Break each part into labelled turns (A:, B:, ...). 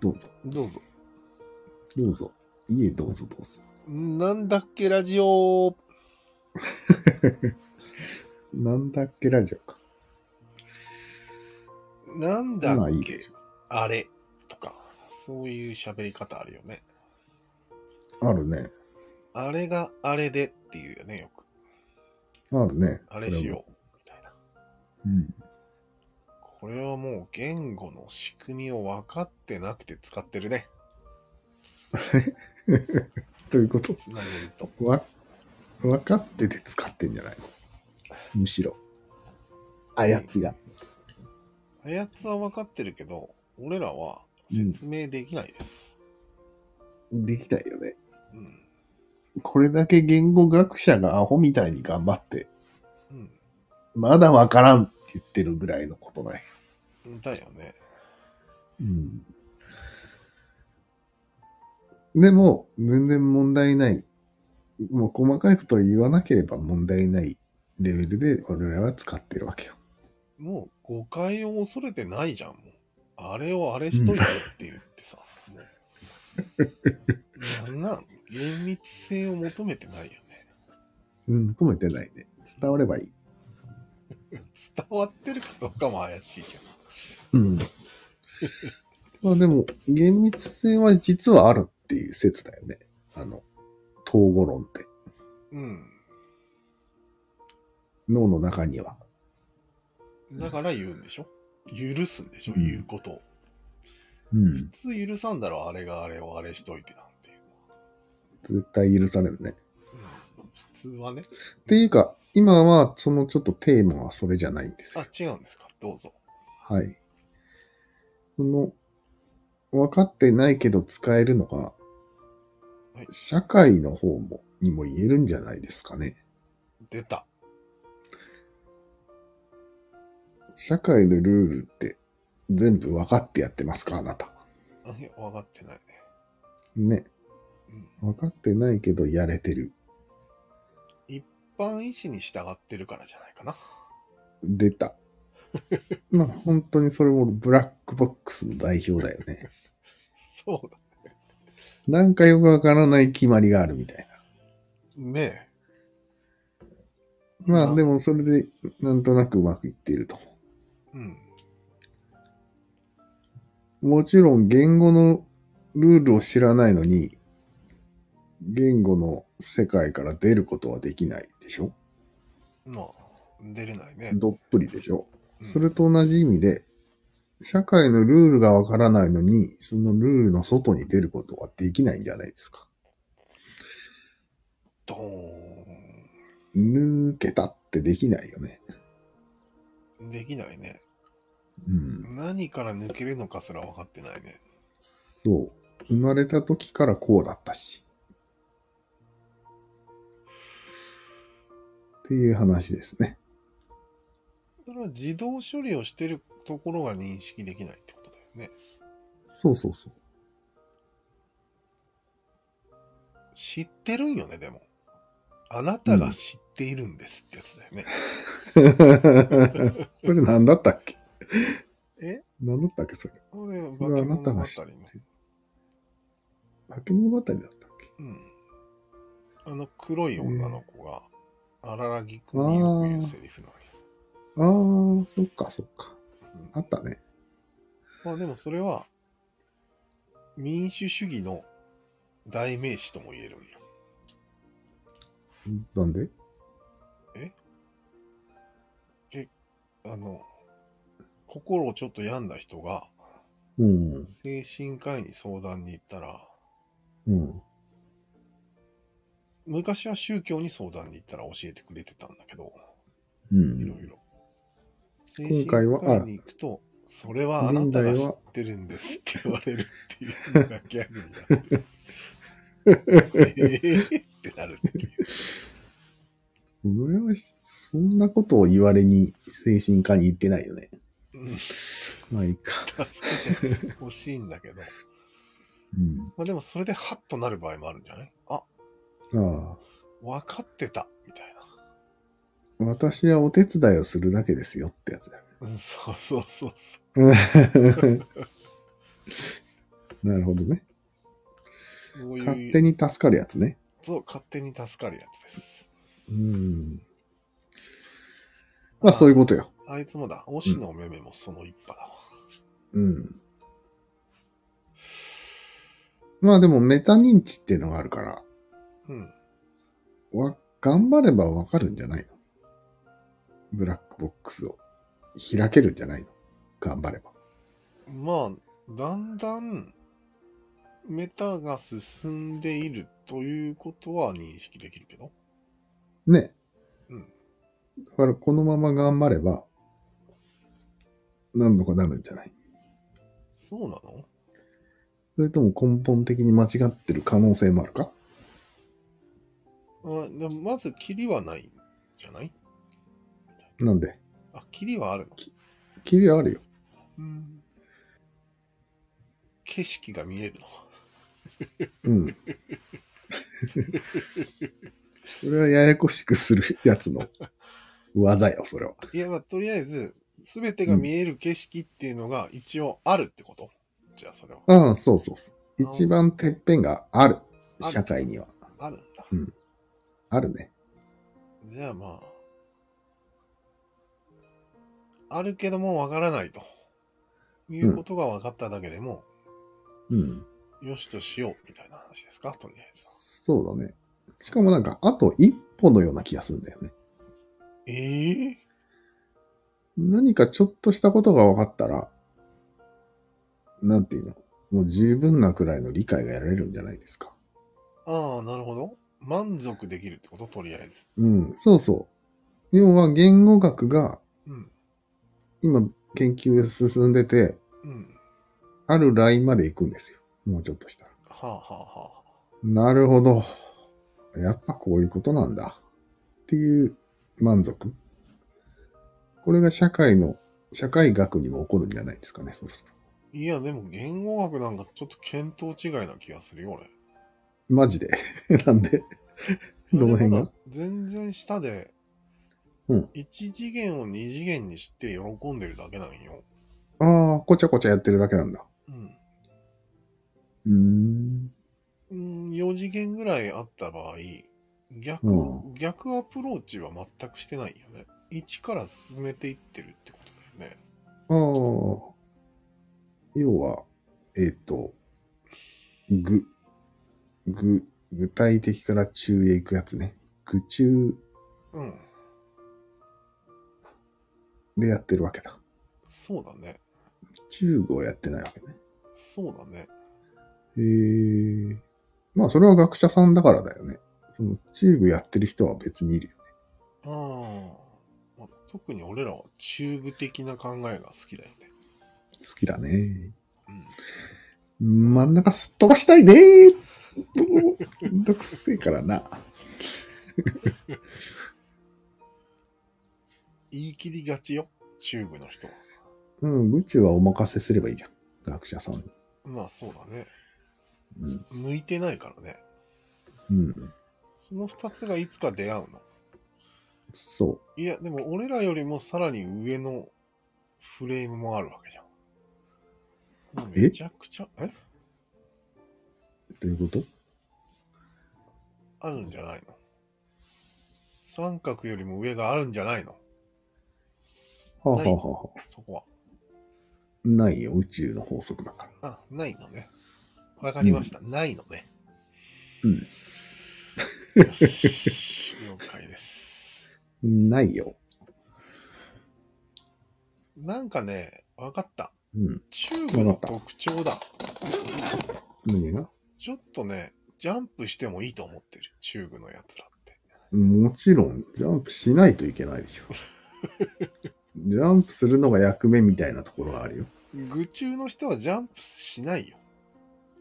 A: どうぞ、
B: どうぞ。
A: どうぞ。いえ、どうぞ、どうぞ。
B: なんだっけ、ラジオ。
A: なんだっけ、ラジオか。
B: なんだ
A: まあ
B: っ
A: いい
B: け
A: で、しょ
B: あれとか、そういう喋り方あるよね。
A: あるね。
B: あれがあれでっていうよね、よく。
A: あるね。
B: あれしよう。みたいな。
A: う。うん。
B: これはもう言語の仕組みを分かってなくて使ってるね。
A: ということ
B: つなげると。
A: わ、分かってて使ってんじゃないのむしろ。あやつが。
B: あやつは分かってるけど、俺らは説明できないです。
A: できないよね。
B: うん。
A: これだけ言語学者がアホみたいに頑張って、
B: うん。
A: まだわからんって言ってるぐらいのことない。
B: だよね。
A: うん。でも、全然問題ない。もう細かいことを言わなければ問題ないレベルで我々は使ってるわけよ。
B: もう誤解を恐れてないじゃん、もう。あれをあれしといてって言ってさ。もうなんなん厳密性を求めてないよね。
A: うん、込めてないね。伝わればいい。
B: 伝わってるかどうかも怪しいけど。
A: うん。 まあでも、厳密性は実はあるっていう説だよね。あの、統合論って。
B: うん。
A: 脳の中には。
B: だから言うんでしょ許すんでしょ、
A: うん
B: 言うことを。
A: う
B: 普
A: ん。
B: 通許さんだろ、あれがあれをあれしといてなんていう
A: 絶対許されるね。
B: のは。うん普通はね。
A: っていうか、今はそのちょっとテーマはそれじゃないんですよ
B: あ、違うんですか。どうぞ。
A: はい。その、分かってないけど使えるのが
B: はい、
A: 社会の方も、にも言えるんじゃないですかね。
B: 出た。
A: 社会のルールって全部分かってやってますかあなた。
B: あいや分かってないね。
A: ね。
B: うん。
A: 分かってないけどやれてる。
B: 一般意思に従ってるからじゃないかな。
A: 出た。 まあ本当にそれもブラックボックスの代表だよね。
B: そうだ。
A: なんかよくわからない決まりがあるみたい
B: ねえ。
A: な。まあで
B: も。
A: もそれでなんとなくうまくいっていると。
B: うん。
A: もちろん言語のルールを知らないのに、言語の世界から出ることはできないでしょ
B: まあ、出れないね。
A: どっぷりでしょ
B: うん
A: それと同じ意味で、社会のルールがわからないのに、そのルールの外に出ることはできないんじゃないですか。
B: ドー
A: 抜けたってできないよね。
B: ン。できないね。
A: うん。
B: 何から抜けるのかすら分かってないね。
A: そう。生まれた時からこうだったし。っていう話ですね。
B: それは自動処理をしてるところが認識できないってことだよね。
A: そうそうそう。
B: 知ってるんよね、でも。あなたが知っているんですってやつだよね。
A: それ何だったっけ
B: え
A: 何だったっけそれ。
B: これ、
A: それはあなたが
B: 化
A: 知
B: け
A: って
B: 物語の。
A: 化け物語だったっけ
B: うん。あの黒い女の子が、荒らぎくによく言うセリフなのよ。
A: あー、そっかそっか
B: うん。
A: あったね。
B: まあでもそれは、民主主義の代名詞とも言えるんよ。
A: なんで
B: あの、心をちょっと病んだ人が、
A: うん。
B: 精神科医に相談に行ったら、
A: うん。
B: 昔は宗教に相談に行ったら教えてくれてたんだけど、
A: う
B: いろ
A: ん。
B: いろ。精
A: 今
B: 神
A: 回は
B: 科医に行くと、それはあなたが知ってるんですって言われるっていうのがギャグにな って。えーってなるっていう。
A: 俺はそんなことを言われに精神科に行ってないよね。
B: うん
A: まあいいか。
B: 助けて欲しいんだけど。
A: うん。
B: まあでもそれでハッとなる場合もあるんじゃないあ、
A: ああ。
B: 分かってたみたいな。
A: 私はお手伝いをするだけですよってやつだよね。
B: うんそうそうそうそう。
A: なるほどね。
B: そうい
A: 勝
B: う
A: 手に助かるやつね。
B: そう、勝手に助かるやつです。
A: うん。まあ、そういうことよ。
B: あいつもだ。押しのめめもその一派だわ。
A: うん。まあでも、メタ認知っていうのがあるから、
B: うん。
A: わ、頑張ればわかるんじゃないのブラックボックスを開けるんじゃないの頑張れば。
B: まあ、だんだん、メタが進んでいるということは認識できるけど。
A: ね。
B: うん。
A: だから、このまま頑張れば、なんとかなるんじゃない
B: そうなの
A: それとも根本的に間違ってる可能性もあるか
B: あでもまず、キリはないんじゃない
A: なんで、
B: あ、キリはあるの。
A: キリあるよ。
B: うん。景色が見えるの。
A: うん。それはややこしくするやつの技よ、それは。
B: いや、まあ、とりあえず、すべてが見える景色っていうのが一応あるってこと、じゃあ、それは。
A: ああ、そうそうそう。
B: あ
A: 一番てっぺんがある。
B: ある
A: 社会には。
B: あるんだ。
A: あるね。
B: じゃあまあ、あるけどもわからないと。いうことが分かっただけでも、
A: うん。
B: よしとしようみたいな話ですか、とりあえず。
A: そうだね。しかもなんか、あと一歩のような気がするんだよね。
B: ええ
A: 何かちょっとしたことが分かったら、なんていうのもう十分なくらいの理解が得られるんじゃないですか。
B: ああ、なるほど。満足できるってこと、とりあえず。
A: うん、そうそう。要は言語学が
B: うん。
A: 今研究進んでて、
B: うん。
A: あるラインまで行くんですよ。もうちょっとしたら。
B: はあはあは
A: なるほど。やっぱこういうことなんだ。っていう満足。これが社会の、社会学にも起こるんじゃないですかね、そろそろ。
B: あ。いや、でも言語学なんかちょっと見当違いな気がするよ、俺。
A: マジで。 なんでどの辺
B: あれま
A: が
B: だ全然下で、
A: うん
B: 一次元を二次元にして喜んでるだけなんよ。
A: ああ、こちゃこちゃやってるだけなんだ。
B: うん。
A: うーん。
B: うん、4次元ぐらいあった場合、逆、
A: う
B: 逆アプローチは全くしてないよね。1から進めていってるってことだよね。
A: ああ。要は、えっ、と、ぐ、ぐ、具体的から中へ行くやつね。具中
B: うん。
A: でやってるわけだ。
B: そうだね。
A: 中語をやってないわけね。
B: そうだね。
A: へえ。まあ、それは学者さんだからだよね。その、中部やってる人は別にいるよ。
B: あーまあ。特に俺らはチューブ的な考えが好きだよね。
A: 好きだね。
B: うん。
A: 真ん中すっ飛ばしたいね。めんどくせえからな。
B: 言い切りがちよ。チューブの人は。
A: うん、宇宙はお任せすればいいじゃん。学者さんに。
B: まあそうだね。
A: うん。
B: 向いてないからね。
A: うん。
B: その2つがいつか出会うの。
A: そ
B: いや、でも俺らよりもさらに上のフレームもあるわけじゃん。もう
A: え
B: めちゃくちゃ、え
A: う。ということ
B: あるんじゃないの三角よりも上があるんじゃないの
A: はあ、は
B: ない
A: あはあはあ、
B: そこは。
A: ないよ、宇宙の法則だから。
B: あ、ないのね。わかりました。ないの ね。よし。了解です。
A: うん。ないよ。
B: なんかね、わかった。
A: うん。
B: チューブの特徴だ。
A: 何が
B: ちょっとね、ジャンプしてもいいと思ってる。チューブのやつらって。
A: もちろん、ジャンプしないといけないで しょ。ジャンプするのが役目みたいなところがあるよ。
B: 愚中の人はジャンプしないよ。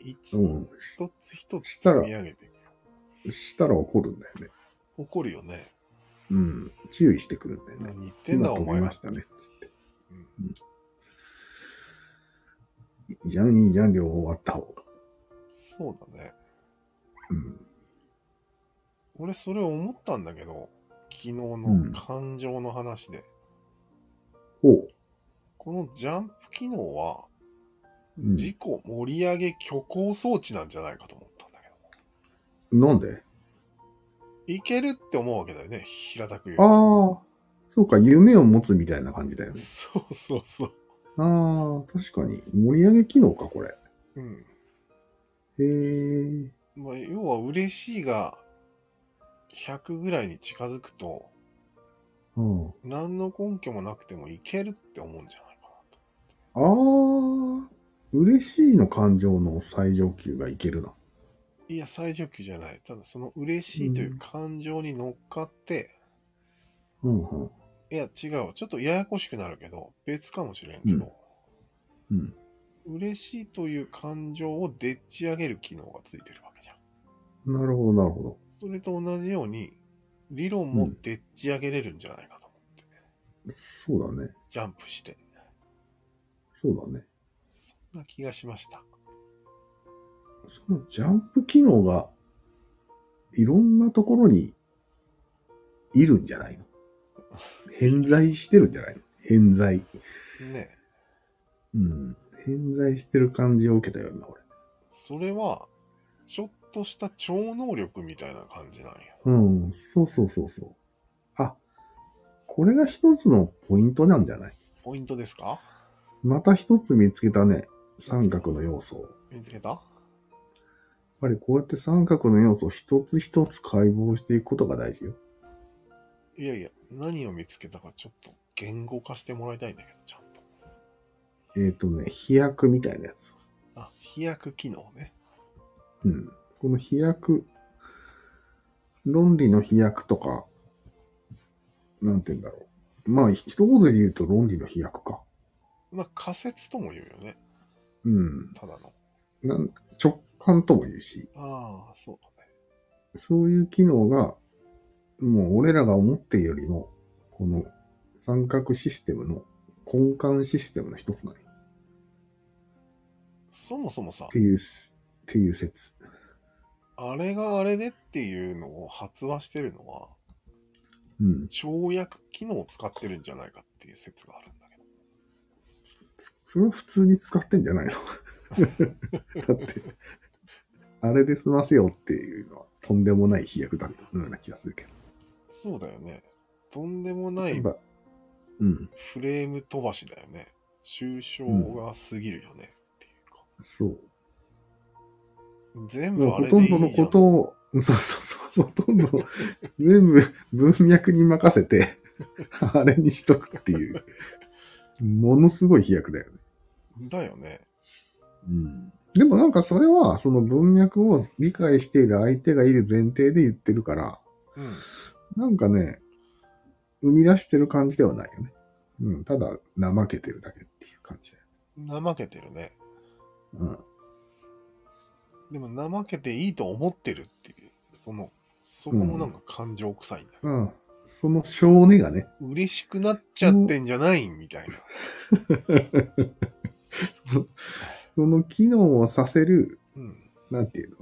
B: 一、
A: うん。
B: 一つ一つ
A: した
B: 積
A: ら
B: み上げていく。
A: したら怒るんだよね。
B: 怒るよね。
A: うん。注意してくるんだよね。
B: 何言ってん
A: 今
B: だ
A: 飛
B: お
A: び
B: 前
A: ま
B: は
A: し。たね。つって。
B: う
A: うんん。いいじゃん、いいじゃん、両方あった方が。
B: そうだね。
A: うん。
B: 俺それ思ったんだけど、昨日
A: うん
B: の感情の話で、
A: ほう。
B: このジャンプ機能は、
A: うん
B: 事故盛り上げ虚構装置なんじゃないかと思ったんだけど。
A: なんで
B: いけるって思うわけだよね、平たく言う
A: あ
B: と。
A: あ、そうか、夢を持つみたいな感じだよね。
B: そうそうそう。
A: ああ、確かに。盛り上げ機能か、これ。
B: うん。
A: へえ。
B: まあ、要は嬉しいが、100ぐらいに近づくと、
A: うん。あ
B: 何の根拠もなくてもいけるって思うんじゃないかなと。
A: あ、嬉しいの感情の最上級がいけるな。
B: いや、最上級じゃない。ただ、その嬉しいという感情に乗っかって、
A: うんうん。
B: いや、違う。ちょっとややこしくなるけど、別かもしれんけど、
A: うん。
B: 嬉しいという感情をでっち上げる機能がついてるわけじゃん。
A: なるほど、なるほど。
B: それと同じように、理論もでっち上げれるんじゃないかと思って、
A: そうだね。
B: ジャンプして。
A: そうだね。
B: そんな気がしました。
A: そのジャンプ機能が、いろんなところに、いるんじゃないの偏在してるんじゃないの偏在。
B: ね
A: うん。偏在してる感じを受けたよ、今、俺。
B: それは、ちょっとした超能力みたいな感じなんや。
A: うん、そうそうそうそう。あ、これが一つのポイントなんじゃない
B: ポイントですか
A: また一つ見つけたね。三角の要素を。
B: 見つけた
A: やっぱりこうやって三角の要素を一つ一つ解剖していくことが大事よ。
B: いやいや、何を見つけたかちょっと言語化してもらいたいんだけど、ちゃんと。
A: えっ、とね、飛躍みたいなやつ。
B: あ、飛躍機能ね。
A: うん。この飛躍、論理の飛躍とか、なんて言うんだろう。まあ、ひ一言で言うと論理の飛躍か。
B: まあ仮説とも言うよね。
A: うん。
B: ただの。
A: なん直感とも言うし。
B: ああ、そうだね。
A: そういう機能が、もう俺らが思っているよりも、この三角システムの根幹システムの一つなんよっ
B: そもそもさ、
A: ていうす、っていう説。
B: あれがあれでっていうのを発話してるのは、
A: うん。
B: 跳躍機能を使ってるんじゃないかっていう説があるんだけど。
A: それは普通に使ってんじゃないの だって、あれで済ませようっていうのはとんでもない飛躍だのような気がするけど。
B: そうだよね。とんでもな
A: や
B: い
A: っぱうん、
B: フレーム飛ばしだよね。抽象が過ぎるよねっていうか。
A: そう。
B: 全部
A: も
B: あ
A: うほ
B: れ
A: とん
B: でいいじゃ
A: ど
B: ん
A: のことを、 そうそうそう、ほとんど、全部文脈に任せて、 あれにしとくっていう、ものすごい飛躍だよね。
B: だよね。
A: うん。でもなんかそれは、その文脈を理解している相手がいる前提で言ってるから、
B: うん。
A: なんかね、生み出してる感じではないよね。うん、ただ、怠けてるだけっていう感じだよ。
B: 怠けてるね。
A: うん。
B: でも怠けていいと思ってるっていう、その、そこもなんか感情臭いんだよ、
A: うん。その性根がね、
B: 嬉しくなっちゃってんじゃないみたいな。
A: その機能をさせる、
B: うん。
A: なんていうの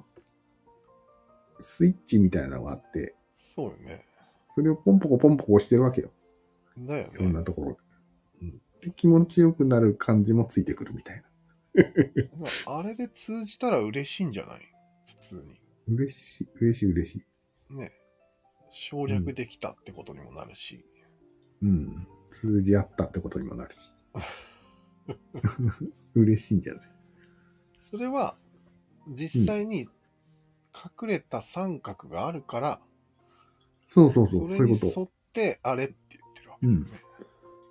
A: スイッチみたいなのがあって、
B: そうよね。
A: それをポンポコポンポコ押してるわけよ。
B: だよ
A: いろんな
B: ね。
A: ところで。うん、で気持ちよくなる感じもついてくるみたいな。
B: まああれで通じたら嬉しいんじゃない普通
A: 嬉しい、嬉しい、嬉しい。
B: に。ね。省略できたってことにもなるし。
A: うん。通じ合ったってことにもな るし。嬉しいんじゃない
B: それは、実際に隠れた三角があるから、
A: そうそうそ、
B: そうれ
A: そうい
B: に
A: うこと。
B: 沿ってあれって言ってるわけだよね。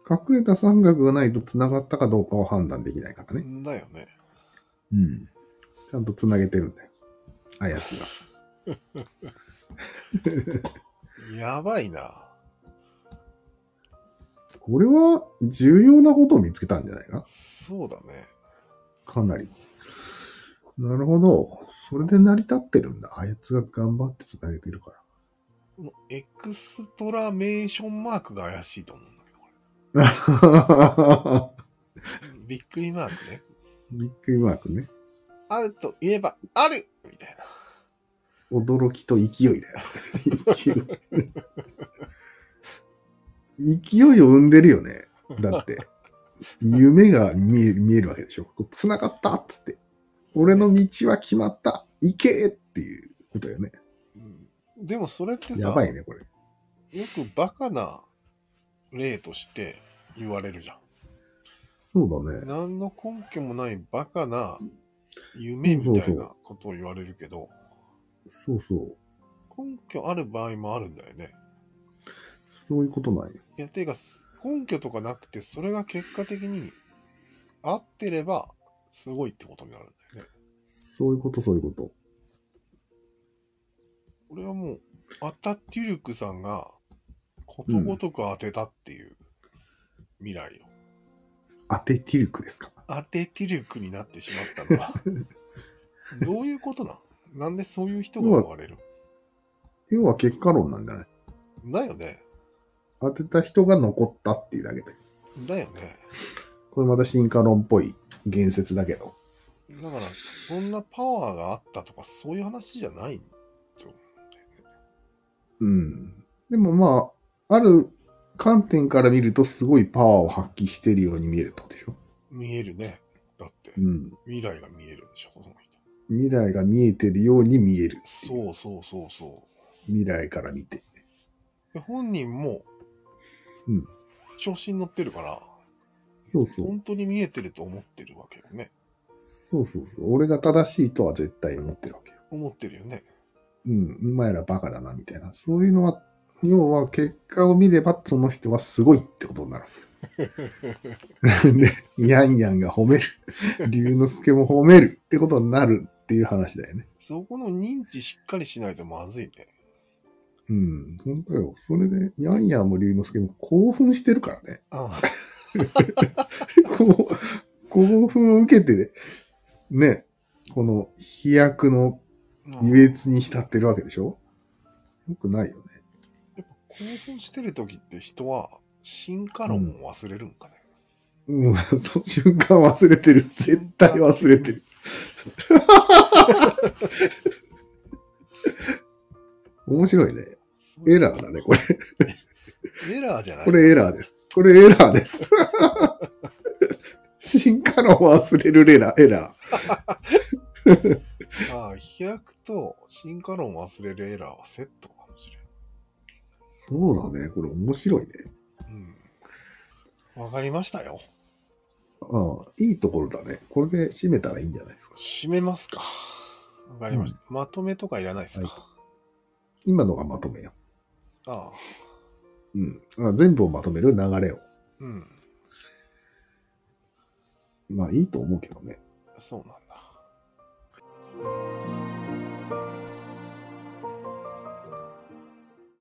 A: 隠れた三角がないと繋がったかどうかを判断できないからね。
B: だよね。
A: うん。ちゃんと繋げてるんだよ。あやつが。
B: やばいな。
A: これは重要なことを見つけたんじゃないか
B: そうだね。
A: かなり。なるほど。それで成り立ってるんだ。あやつが頑張って繋げてるから。
B: このエクストラメーションマークが怪しいと思うんだけど、これびっくりマークね。
A: びっくりマークね。
B: あると言えば、あるみたいな。
A: 驚きと勢いだよ。 勢い。勢いを生んでるよね。だって。夢が見え見えるわけでしょ。こう繋がったっつって。俺の道は決まった。行けっていうことよね。
B: うんでもそれってさ、
A: やばいね、これ。
B: よくバカな例として言われるじゃん。
A: そうだね。
B: 何の根拠もないバカな夢みたいなことを言われるけど、
A: そうそう。
B: 根拠ある場合もあるんだよね。
A: そういうことなんよ。
B: いや、ていうか、根拠とかなくて、それが結果的に合ってれば、すごいってことになるんだよね。
A: そういうこと、そういうこと。
B: 俺はもう、アタッティルクさんが、ことごとく当てたっていう未来を、
A: 当てティルクですか。
B: 当てティルクになってしまった のは、どういうことなんなんでそういう人が生まれる
A: 要は結果論なんじゃない
B: だよね。
A: 当てた人が残ったっていうだけで。
B: だよね。
A: これまた進化論っぽい言説だけど。
B: だから、そんなパワーがあったとか、そういう話じゃないんだよね。
A: うん。でもまあ、ある観点から見るとすごいパワーを発揮してるように見えるってことでしょ。
B: 見えるね。だって、
A: うん。
B: 未来が見えるんでしょ、その人。
A: 未来が見えてるように見えるっていう。
B: そうそうそうそう
A: 未来から見て。。
B: で本人も、
A: うん
B: 調子に乗ってるから、
A: そうそう。
B: 本当に見えてると思ってるわけよね。
A: そうそうそう。俺が正しいとは絶対思ってるわけよ。
B: 思ってるよね。
A: うん。お前らバカだな、みたいな。そういうのは、要は結果を見ればその人はすごいってことになる。で、ニャンニャンが褒める。龍之介も褒めるってことになるっていう話だよね。
B: そこの認知しっかりしないとまずいね。
A: うん、本当よ。それで、ヤンヤンも龍之介も興奮してるからね。
B: あ
A: こう、興奮を受けて、ね、この飛躍の
B: あ
A: 優越に浸ってるわけでしょよくないよね。
B: やっぱ興奮してる時って人は進化論を忘れるんかね。
A: うん、その瞬間忘れてる。絶対忘れてる。面白いね。
B: そう
A: エラーだね、これ。
B: エラーじゃない。
A: これエラーです。これエラーです。 進化論を忘れるエラー、エラー。
B: ああ、飛躍と進化論を忘れるエラーはセットかもし
A: そうだね。これ面白いね。
B: れん。うん。わかりましたよ。
A: ああ、いいところだね。これで締めたらいいんじゃないですか。
B: 締めますか。わかりました。まとめとかいらないですか。
A: 今のがまとめよ。
B: ああ、
A: うん。あ全部をまとめる流れを。
B: うん。
A: まあいいと思うけどね。
B: そうなんだ。